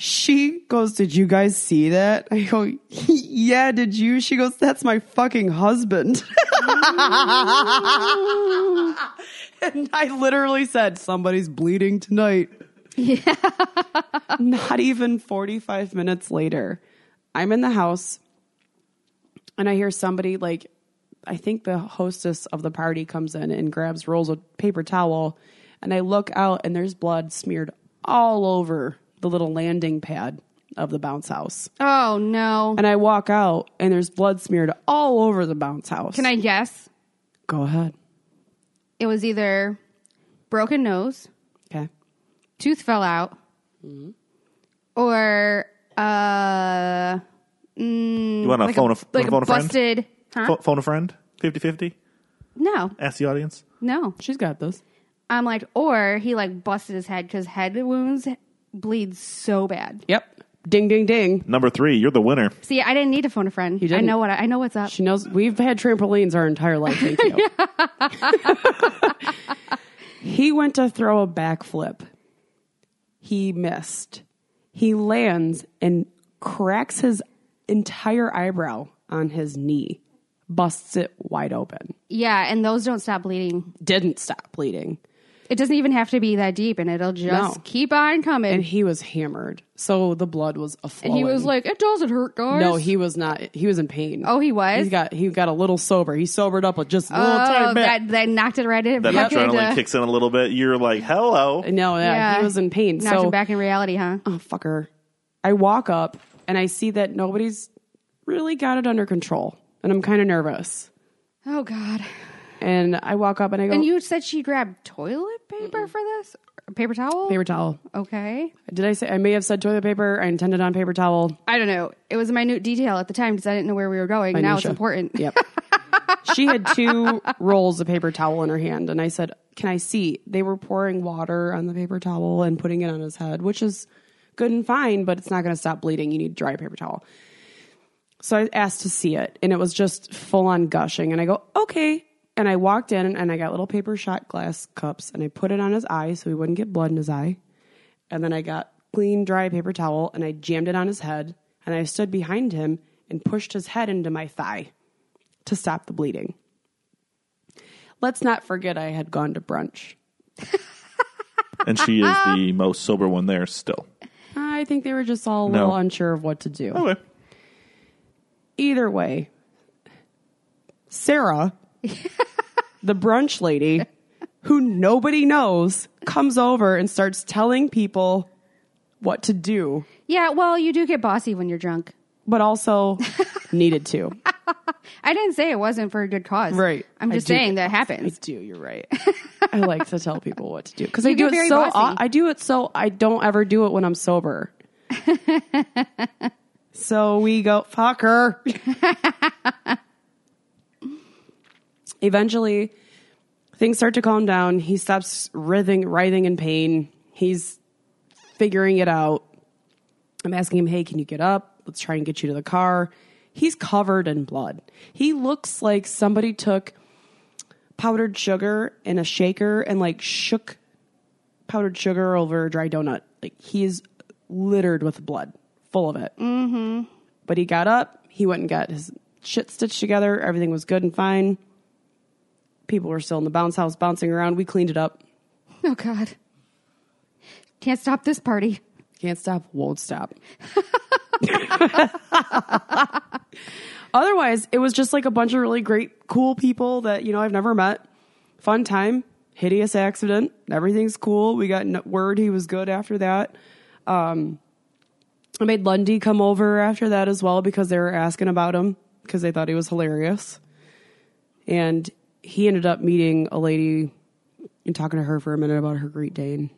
S1: She goes, Did you guys see that? I go, Yeah, did you? She goes, That's my fucking husband. and I literally said, Somebody's bleeding tonight. Yeah. Not even 45 minutes later, I'm in the house and I hear somebody like, I think the hostess of the party comes in and grabs rolls of paper towel, and I look out and there's blood smeared all over the little landing pad of the bounce house.
S2: Oh no!
S1: And I walk out and there's blood smeared all over the bounce house.
S2: Can I guess?
S1: go ahead?
S2: It was either broken nose,
S1: Okay.
S2: tooth fell out,
S1: Mm-hmm.
S2: or uh, mm,
S3: You want to
S2: like
S3: phone a,
S2: a, like
S3: phone a, friend?
S2: busted? Huh?
S3: Pho- phone a friend? 50 50?
S2: no,
S3: Ask the audience.
S2: no.
S1: She's got this.
S2: I'm like, or he like busted his head because head wounds bleed so bad.
S1: Yep. Ding, ding, ding.
S3: Number three, you're the winner.
S2: See, I didn't need to phone a friend. I
S1: didn't.
S2: know what I, I know what's up.
S1: She knows we've had trampolines our entire life. Thank you. he went to throw a backflip. He missed. He lands and cracks his entire eyebrow on his knee, busts it wide open.
S2: yeah, and those don't stop bleeding.
S1: Didn't stop bleeding.
S2: It doesn't even have to be that deep, and it'll just
S1: No.
S2: keep on coming.
S1: And he was hammered. So the blood was a
S2: And he was like, "It doesn't hurt, guys."
S1: No, he was not. He was in pain.
S2: Oh, he was?
S1: He got he got a little sober. He sobered up with just a little
S2: oh,
S1: tiny bit.
S2: that, that uh, knocked it right in.
S3: That
S2: back
S3: adrenaline
S2: into-
S3: kicks in a little bit. You're like, hello.
S1: No, yeah,
S2: Yeah.
S1: he was in pain.
S2: Knocked
S1: so
S2: him back in reality, huh?
S1: oh fucker. I walk up and I see that nobody's really got it under control, and I'm kind of nervous.
S2: Oh God!
S1: And I walk up and I go,
S2: And you said she grabbed toilet paper for this paper towel.
S1: paper towel.
S2: Okay,
S1: Did I say I may have said toilet paper? I intended on paper towel.
S2: I don't know. It was a minute detail at the time because I didn't know where we were going. Now it's
S1: Minutia.
S2: important.
S1: Yep. she had two rolls of paper towel in her hand, and I said, "Can I see?" They were pouring water on the paper towel and putting it on his head, which is good and fine, but it's not going to stop bleeding. You need dry paper towel. So I asked to see it, and it was just full on gushing. And I go, "Okay." And I walked in, and I got little paper shot glass cups, and I put it on his eye so he wouldn't get blood in his eye. And then I got clean, dry paper towel, and I jammed it on his head. And I stood behind him and pushed his head into my thigh to stop the bleeding. Let's not forget I had gone to brunch.
S3: And she is the most sober one there still.
S1: I think they were just all a
S3: No. Oh,
S1: little unsure of what to do.
S3: Okay.
S1: Either way, Sarah, the brunch lady, who nobody knows, comes over and starts telling people what to do,
S2: Yeah. Well, you do get bossy when you're drunk.
S1: but also needed to.
S2: I didn't say it wasn't for a good cause.
S1: Right.
S2: I'm
S1: I
S2: just
S1: do-
S2: saying that
S1: I
S2: happens.
S1: do. You're right. I like to tell people what to do because I
S2: You
S1: do
S2: get
S1: it
S2: very
S1: so.
S2: bossy.
S1: au- I do it so I don't ever do it when I'm sober. so we go fuck her. Eventually, things start to calm down. He stops writhing, writhing in pain. He's figuring it out. I'm asking him, hey, can you get up? Let's try and get you to the car. He's covered in blood. He looks like somebody took powdered sugar in a shaker and like shook powdered sugar over a dry donut. Like he is littered with blood, full of it. Mm-hmm. But he got up, he went and got his shit stitched together. Everything was good and fine. People were still in the bounce house bouncing around. We cleaned it up.
S2: Oh God! Can't stop this party.
S1: Can't stop, won't stop. Otherwise, it was just like a bunch of really great, cool people that, you know, I've never met. Fun time, hideous accident. Everything's cool. We got n- word he was good after that. Um, I made Lundy come over after that as well because they were asking about him because they thought he was hilarious. And he ended up meeting a lady and talking to her for a minute about her Great Dane.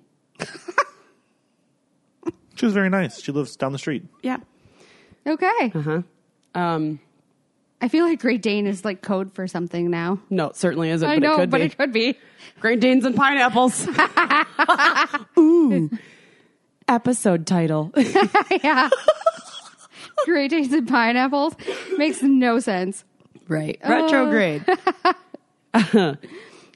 S3: She was very nice. She lives down the street.
S1: Yeah.
S2: Okay.
S1: Uh huh. Um,
S2: I feel like Great Dane is like code for something now.
S1: No, it certainly isn't.
S2: I
S1: but
S2: know,
S1: it could
S2: but
S1: be.
S2: it could be.
S1: Great Danes and pineapples. Ooh. Episode title.
S2: yeah. Great days and pineapples makes no sense.
S1: Right. Retrograde.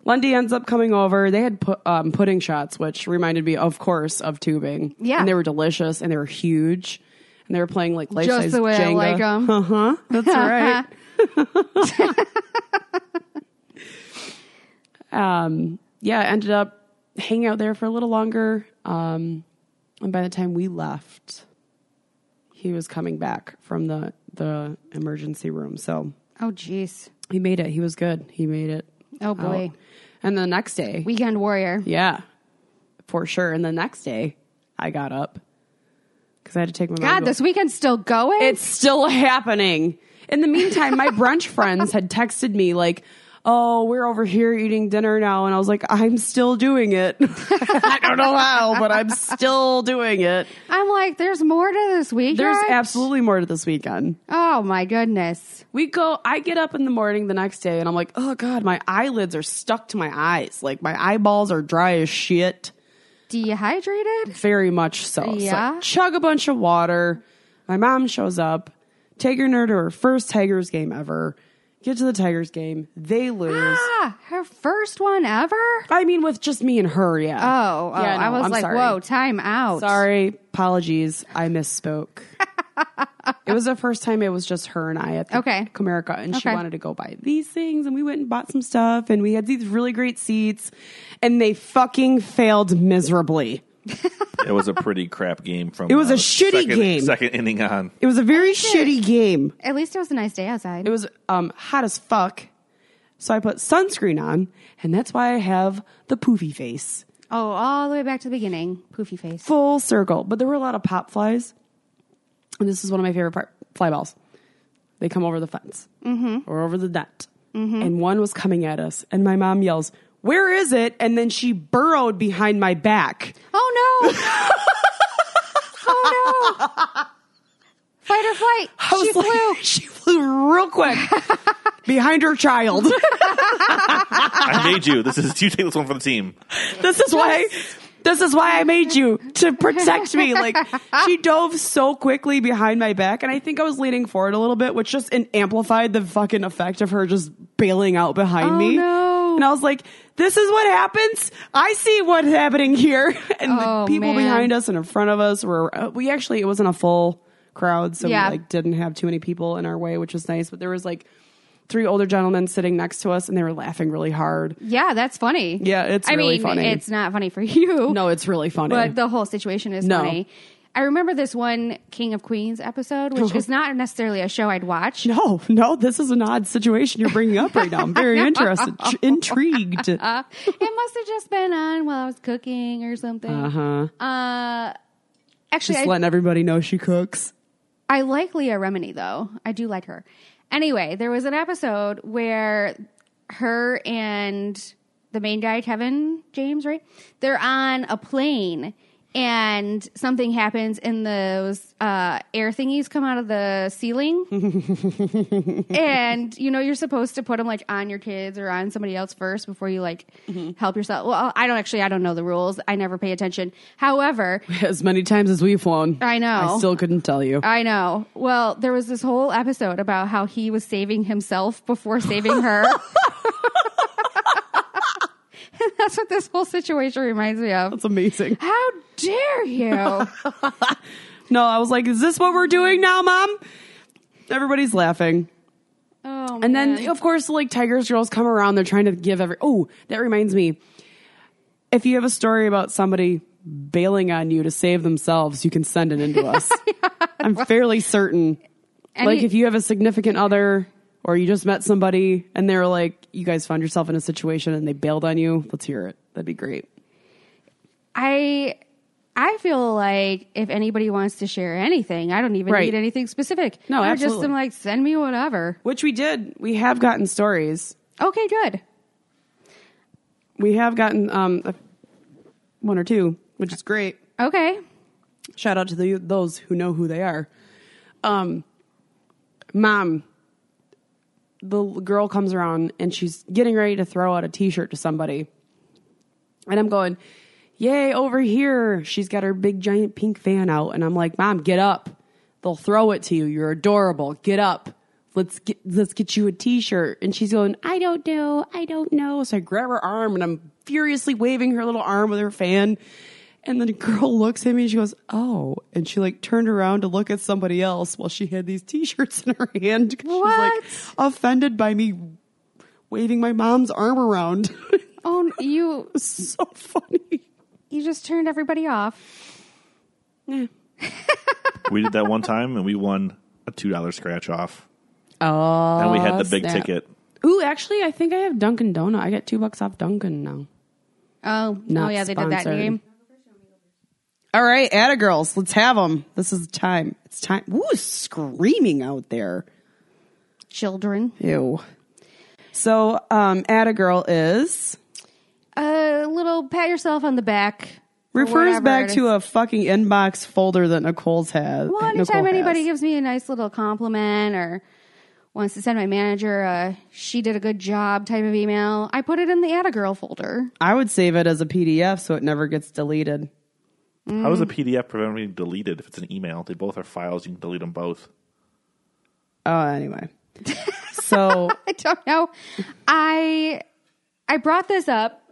S1: Lundy ends up coming over. They had pu- um, pudding shots, which reminded me, of course, of tubing.
S2: Yeah.
S1: And they were delicious and they were huge. And they were playing like life size
S2: Just the way I
S1: Jenga.
S2: like them.
S1: That's right. um, yeah, I ended up hanging out there for a little longer. Um, and by the time we left, he was coming back from the, the emergency room. So
S2: Oh, jeez.
S1: he made it. He was good. He made it.
S2: Oh, boy.
S1: out. And the next day,
S2: Weekend warrior.
S1: yeah, for sure. And the next day, I got up because I had to take my mom
S2: God,
S1: to-
S2: this weekend's still going?
S1: it's still happening. In the meantime, my brunch friends had texted me like, "Oh, we're over here eating dinner now," and I was like, "I'm still doing it. I don't know how, but I'm still doing it."
S2: I'm like, there's more to this weekend.
S1: There's absolutely more to this weekend.
S2: Oh, my goodness.
S1: We go. I get up in the morning the next day, and I'm like, "Oh God, my eyelids are stuck to my eyes. Like my eyeballs are dry as shit."
S2: Dehydrated?
S1: Very much so. It's like,
S2: Yeah?
S1: chug a bunch of water. My mom shows up. Taking her to her first Tigers game ever. Get to the Tigers game. They lose.
S2: Ah, her first one ever?
S1: I mean, with just me and her, yeah.
S2: Oh, oh
S1: Yeah,
S2: I
S1: no,
S2: was
S1: I'm
S2: like,
S1: sorry.
S2: whoa, time out.
S1: Sorry, apologies. I misspoke. it was the first time it was just her and I at the
S2: Okay.
S1: Comerica, and she
S2: Okay.
S1: wanted to go buy these things, and we went and bought some stuff, and we had these really great seats, and they fucking failed miserably.
S3: It was a pretty crap game. From
S1: It was a
S3: uh,
S1: shitty
S3: second-
S1: game.
S3: Second inning on.
S1: It was a very shitty game.
S2: At least it was a nice day outside.
S1: It was um, hot as fuck. So I put sunscreen on, and that's why I have the poofy face.
S2: oh, all the way back to the beginning. Poofy face.
S1: Full circle. But there were a lot of pop flies, and this is one of my favorite part fly balls. They come over the fence
S2: Mm-hmm.
S1: or over the net. And one was coming at us, and my mom yells, Where is it? And then she burrowed behind my back.
S2: Oh no! oh no! Fight or flight!
S1: I was
S2: She
S1: like,
S2: flew.
S1: She flew real quick behind her child.
S3: I made you. This is you take this one for the team.
S1: This is why. This is why I made you to protect me. Like she dove so quickly behind my back, and I think I was leaning forward a little bit, which just an- amplified the fucking effect of her just bailing out behind
S2: Oh,
S1: me.
S2: no.
S1: And I was like, "This is what happens. I see what's happening here." And
S2: Oh,
S1: the people
S2: man.
S1: behind us and in front of us were. Uh, we actually it wasn't a full crowd, so
S2: Yeah.
S1: we like didn't have too many people in our way, which was nice. But there was like three older gentlemen sitting next to us, and they were laughing really hard.
S2: Yeah, that's funny.
S1: Yeah, it's
S2: I
S1: really
S2: mean,
S1: funny.
S2: it's not funny for you.
S1: No, it's really funny.
S2: but the whole situation is
S1: No.
S2: funny. I remember this one King of Queens episode, which is not necessarily a show I'd watch.
S1: No, no, this is an odd situation you're bringing up right now. I'm very interested, tr- intrigued.
S2: Uh-huh.
S1: Uh
S2: it must have just been on while I was cooking or something.
S1: huh.
S2: Uh, actually,
S1: Uh-huh. Just
S2: I,
S1: letting everybody know she cooks.
S2: I like Leah Remini though. I do like her. Anyway, there was an episode where her and the main guy, Kevin James, right? They're on a plane and something happens and those uh, air thingies come out of the ceiling. and, you know, you're supposed to put them like on your kids or on somebody else first before you like help yourself. Well, I don't actually, I don't know the rules. I never pay attention. However,
S1: As many times as we've flown.
S2: I know. Uh,
S1: I still couldn't tell you.
S2: I know. Well, there was this whole episode about how he was saving himself before saving her. And That's what this whole situation reminds me of.
S1: That's amazing.
S2: How dare you? Oh,
S1: No, I was like, is this what we're doing now, mom? Everybody's laughing.
S2: Oh,
S1: And then, of course, like Tigers girls come around. They're trying to give every. Oh, that reminds me. If you have a story about somebody bailing on you to save themselves, you can send it into us. I'm fairly certain. like
S2: you-
S1: if you have a significant other or you just met somebody and they're like, you guys found yourself in a situation and they bailed on you, let's hear it. That'd be great.
S2: I I feel like if anybody wants to share anything, I don't even
S1: Right.
S2: need anything specific.
S1: No,
S2: I just
S1: absolutely.
S2: am like, send me whatever.
S1: Which we did. We have gotten stories.
S2: Okay, good.
S1: We have gotten um, a- one or two, which is great.
S2: Okay.
S1: Shout out to the, those who know who they are. Um, mom, the l- girl comes around and she's getting ready to throw out a t-shirt to somebody. And I'm going, yay, over here. She's got her big giant pink fan out. And I'm like, mom, get up. They'll throw it to you. You're adorable. Get up. Let's get, let's get you a t-shirt. And she's going, I don't know. I don't know. So I grab her arm and I'm furiously waving her little arm with her fan. And the girl looks at me and she goes, Oh. And she like turned around to look at somebody else while she had these t shirts in her hand. 'cause She was like offended by me waving my mom's arm around.
S2: Oh, you
S1: so funny.
S2: you just turned everybody off.
S3: We did that one time and we won a two dollar scratch off.
S1: Oh.
S3: And we had the big
S1: snap.
S3: ticket.
S1: Ooh, actually, I think I have Dunkin' Donut. I get two bucks off Dunkin' now.
S2: Oh,
S1: Not
S2: oh yeah, they did that in
S1: sponsored.
S2: the game.
S1: All right, Atta Girls, let's have them. This is the time. It's time. Who's screaming out there?
S2: Children.
S1: Ew. So, um, Atta Girl is
S2: a little pat yourself on the back. or
S1: refers
S2: whatever
S1: back
S2: it
S1: to
S2: is.
S1: a fucking inbox folder that Nicole's had.
S2: well,
S1: that Nicole
S2: anytime anybody
S1: has.
S2: gives me a nice little compliment or wants to send my manager a she did a good job type of email, I put it in the add a girl folder.
S1: I would save it as a PDF so it never gets deleted.
S3: How does a PDF prevent from being deleted if it's an email? They both are files. You can delete them both.
S1: Oh, anyway. so
S2: I don't know. I I brought this up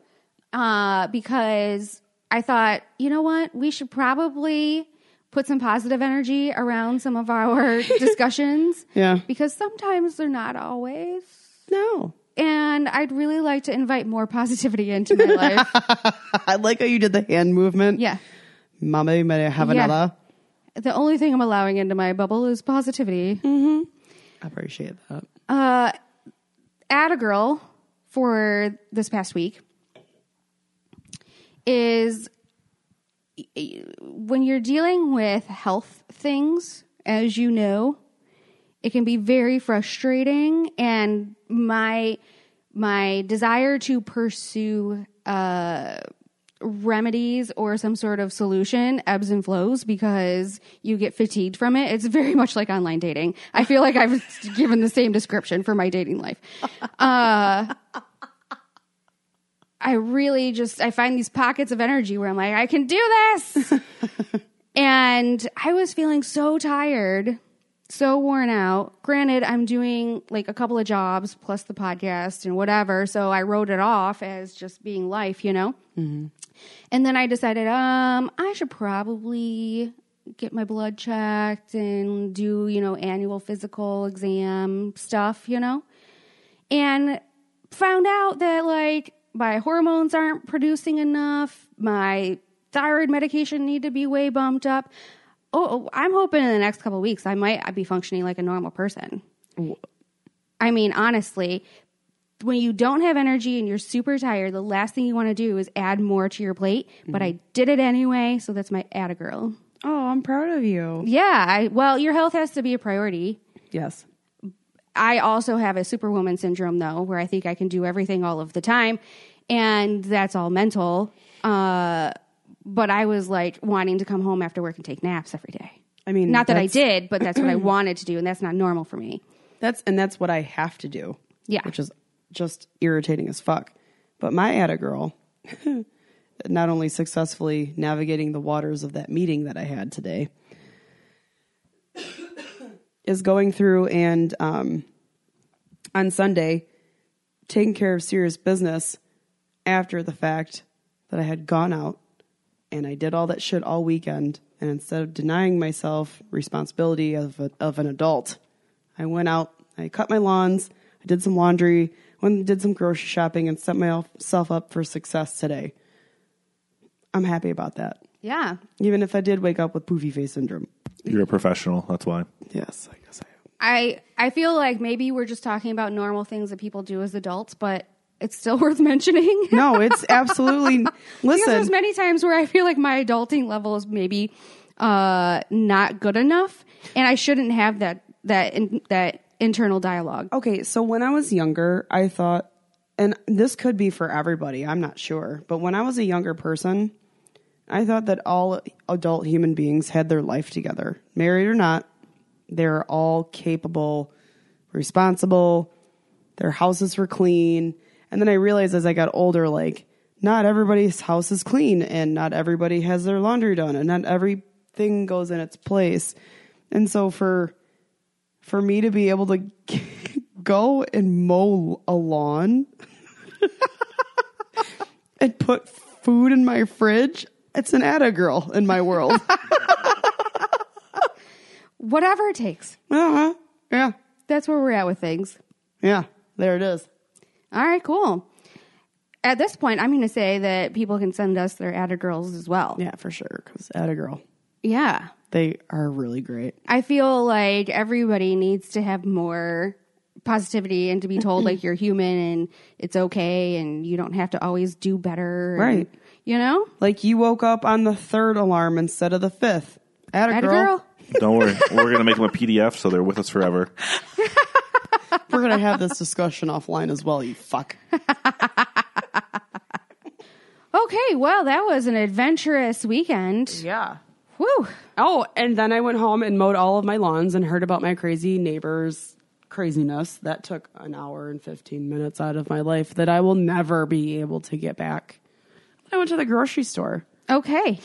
S2: uh, because I thought, you know what, we should probably put some positive energy around some of our discussions.
S1: Yeah.
S2: Because sometimes they're not always.
S1: no,
S2: And I'd really like to invite more positivity into my life.
S1: I like how you did the hand movement.
S2: Yeah.
S1: Mama, may I have
S2: Yeah.
S1: another?
S2: The only thing I'm allowing into my bubble is positivity.
S1: I appreciate that.
S2: at a girl for this past week is when you're dealing with health things, as you know, it can be very frustrating and my my desire to pursue uh remedies or some sort of solution ebbs and flows because you get fatigued from it. It's very much like online dating. I feel like I've given the same description for my dating life. Uh, I really just I find these pockets of energy where I'm like, I can do this. and I was feeling so tired, so worn out. Granted, I'm doing like a couple of jobs plus the podcast and whatever, so I wrote it off as just being life, you know. And then I decided, um, I should probably get my blood checked and do, you know, annual physical exam stuff, you know? And found out that, like, my hormones aren't producing enough. My thyroid medication need to be way bumped up. Oh, oh, I'm hoping in the next couple of weeks I might be functioning like a normal person. I mean, honestly, when you don't have energy and you're super tired, the last thing you want to do is add more to your plate. But I did it anyway, so that's my add a girl.
S1: Oh, I'm proud of you.
S2: Yeah, I, well, your health has to be a priority.
S1: Yes.
S2: I also have a superwoman syndrome though, where I think I can do everything all of the time, and that's all mental. Uh, but I was like wanting to come home after work and take naps every day.
S1: I mean,
S2: Not that I
S1: that's-
S2: did, but Mm, that's what I wanted to do, and that's not normal for me.
S1: That's and that's what I have to do.
S2: Yeah.
S1: Which is just irritating as fuck. But my Atta girl not only successfully navigating the waters of that meeting that I had today is going through and um, on Sunday taking care of serious business after the fact that I had gone out and I did all that shit all weekend. And instead of denying myself responsibility of, a, of an adult, I went out, I cut my lawns, I did some laundry, went and did some grocery shopping, and set myself up for success today. I'm happy about that.
S2: Yeah,
S1: Even if I did wake up with poofy face syndrome.
S3: You're a professional. That's why.
S1: Yes, I guess I am.
S2: I I feel like maybe we're just talking about normal things that people do as adults, but it's still worth mentioning.
S1: No, it's absolutely.
S2: because
S1: listen,
S2: there's many times where I feel like my adulting level is maybe uh, not good enough, and I shouldn't have that that in, that internal dialogue.
S1: Okay, so when I was younger, I thought, and this could be for everybody, I'm not sure, but when I was a younger person, I thought that all adult human beings had their life together, married or not. They're all capable, responsible, their houses were clean. And then I realized as I got older, like, not everybody's house is clean and not everybody has their laundry done and not everything goes in its place. And so for for me to be able to go and mow a lawn and put food in my fridge, it's an atta girl in my world.
S2: Whatever it takes,
S1: uh-huh. Yeah.
S2: that's where we're at with things.
S1: Yeah. There it is.
S2: All right, cool. At this point, I'm going to say that people can send us their added girls as well.
S1: Yeah, for sure. Because atta girl,
S2: yeah.
S1: they are really great.
S2: I feel like everybody needs to have more positivity and to be told like you're human and it's okay and you don't have to always do better. and-
S1: Right.
S2: you know?
S1: Like you woke up on the third alarm instead of the fifth. Atta
S2: Atta
S1: girl.
S2: girl.
S3: Don't worry. We're gonna make them a PDF so they're with us forever.
S1: We're going to have this discussion offline as well, you fuck.
S2: Okay, well that was an adventurous weekend.
S1: Yeah.
S2: Whew.
S1: Oh, and then I went home and mowed all of my lawns and heard about my crazy neighbor's craziness that took an hour and 15 minutes out of my life that I will never be able to get back. I went to the grocery store.
S2: Okay.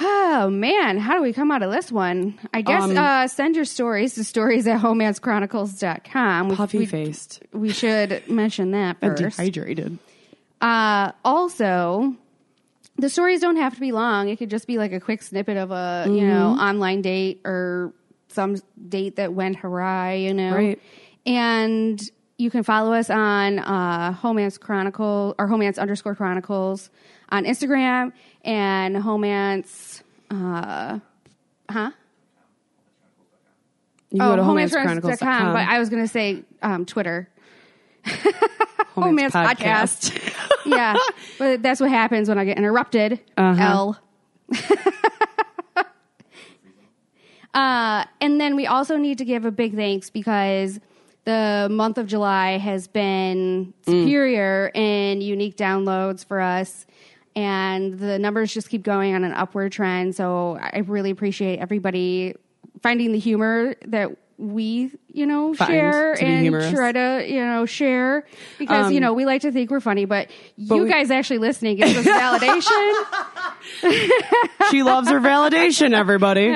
S2: Oh man, how do we come out of this one? I guess
S1: Um,
S2: uh, send your stories to stories at homancechronicles.com. We,
S1: Puffy
S2: we,
S1: faced
S2: we should mention that
S1: and
S2: first.
S1: dehydrated.
S2: Uh, also, the stories don't have to be long. It could just be like a quick snippet of a you know
S1: Mm-hmm.
S2: online date or some date that went awry. You know,
S1: Right.
S2: And you can follow us on uh, Homance Chronicle or Homance underscore Chronicles on Instagram and Homance. Uh, huh?
S1: You
S2: Oh,
S1: go to homancechronicles.com.
S2: But I was going to say um, Twitter. Homance yeah, but that's what happens when I get interrupted.
S1: Uh-huh.
S2: L. uh, and then we also need to give a big thanks because the month of July has been
S1: Mm.
S2: superior in unique downloads for us. And the numbers just keep going on an upward trend. So I really appreciate everybody finding the humor that we, you know,
S1: Find
S2: share
S1: to be
S2: and
S1: humorous.
S2: try to, you know, share because, you know, we like to think we're funny, but, you
S1: Um, we-
S2: guys actually listening gives us validation.
S1: she loves her validation, everybody.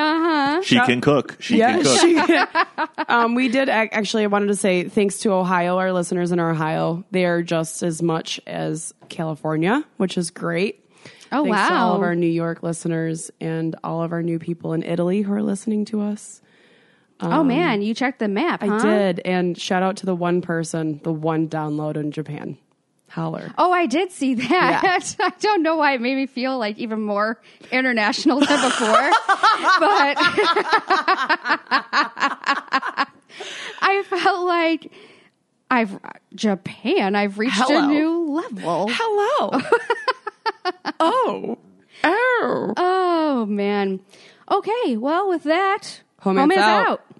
S3: She can cook. She can cook.
S1: she- um, we did ac- actually. I wanted to say thanks to Ohio, our listeners in Ohio. They are just as much as California, which is great.
S2: Oh,
S1: thanks to all of
S2: wow.
S1: our New York listeners and all of our new people in Italy who are listening to us.
S2: oh man, you checked the map.
S1: um, I
S2: huh?
S1: did, and shout out to the one person, the one download in Japan. Holler.
S2: Oh, I did see that. I don't know why it made me feel like even more international than before, but I felt like I've Japan. I've reached
S1: Hello.
S2: a new level.
S1: Hello. oh. Oh.
S2: Oh man. Okay. Well, with that,
S1: Homance out.